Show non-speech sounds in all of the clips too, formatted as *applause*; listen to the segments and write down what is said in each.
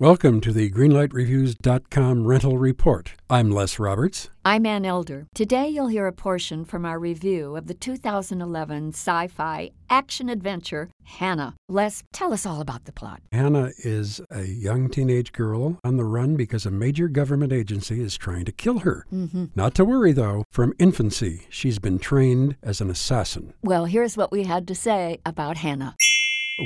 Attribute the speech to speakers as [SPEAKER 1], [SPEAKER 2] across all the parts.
[SPEAKER 1] Welcome to the GreenlightReviews.com rental report. I'm Les Roberts.
[SPEAKER 2] I'm Ann Elder. Today you'll hear a portion from our review of the 2011 sci fi action adventure Hannah. Les, tell us all about the plot.
[SPEAKER 1] Hannah is a young teenage girl on the run because a major government agency is trying to kill her.
[SPEAKER 2] Mhm.
[SPEAKER 1] Not to worry, though, from infancy, she's been trained as an assassin.
[SPEAKER 2] Well, here's what we had to say about Hannah.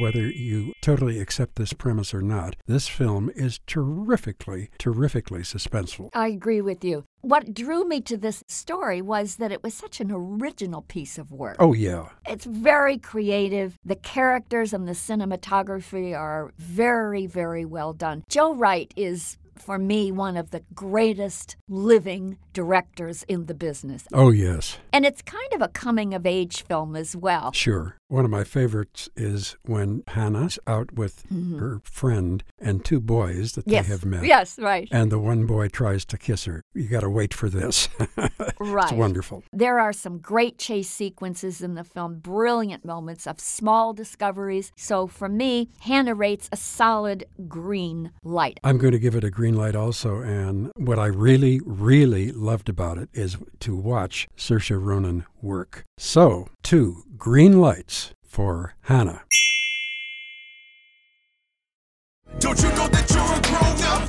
[SPEAKER 1] Whether you totally accept this premise or not, this film is terrifically, terrifically suspenseful.
[SPEAKER 2] I agree with you. What drew me to this story was that it was such an original piece of work.
[SPEAKER 1] Oh, yeah.
[SPEAKER 2] It's very creative. The characters and the cinematography are very, very well done. Joe Wright is, for me, one of the greatest living directors in the business.
[SPEAKER 1] Oh, yes.
[SPEAKER 2] And it's kind of a coming of age film as well.
[SPEAKER 1] Sure. One of my favorites is when Hannah's out with her friend and two boys that
[SPEAKER 2] yes.
[SPEAKER 1] they have met.
[SPEAKER 2] Yes, right.
[SPEAKER 1] And the one boy tries to kiss her. You got to wait for this. *laughs* It's
[SPEAKER 2] Right.
[SPEAKER 1] wonderful.
[SPEAKER 2] There are some great chase sequences in the film, brilliant moments of small discoveries. So for me, Hannah rates a solid green light.
[SPEAKER 1] I'm going to give it a green light also. And what I really, really loved about it is to watch Saoirse Ronan work. So, two green lights for Hannah.
[SPEAKER 3] Don't you know that you're a grown up?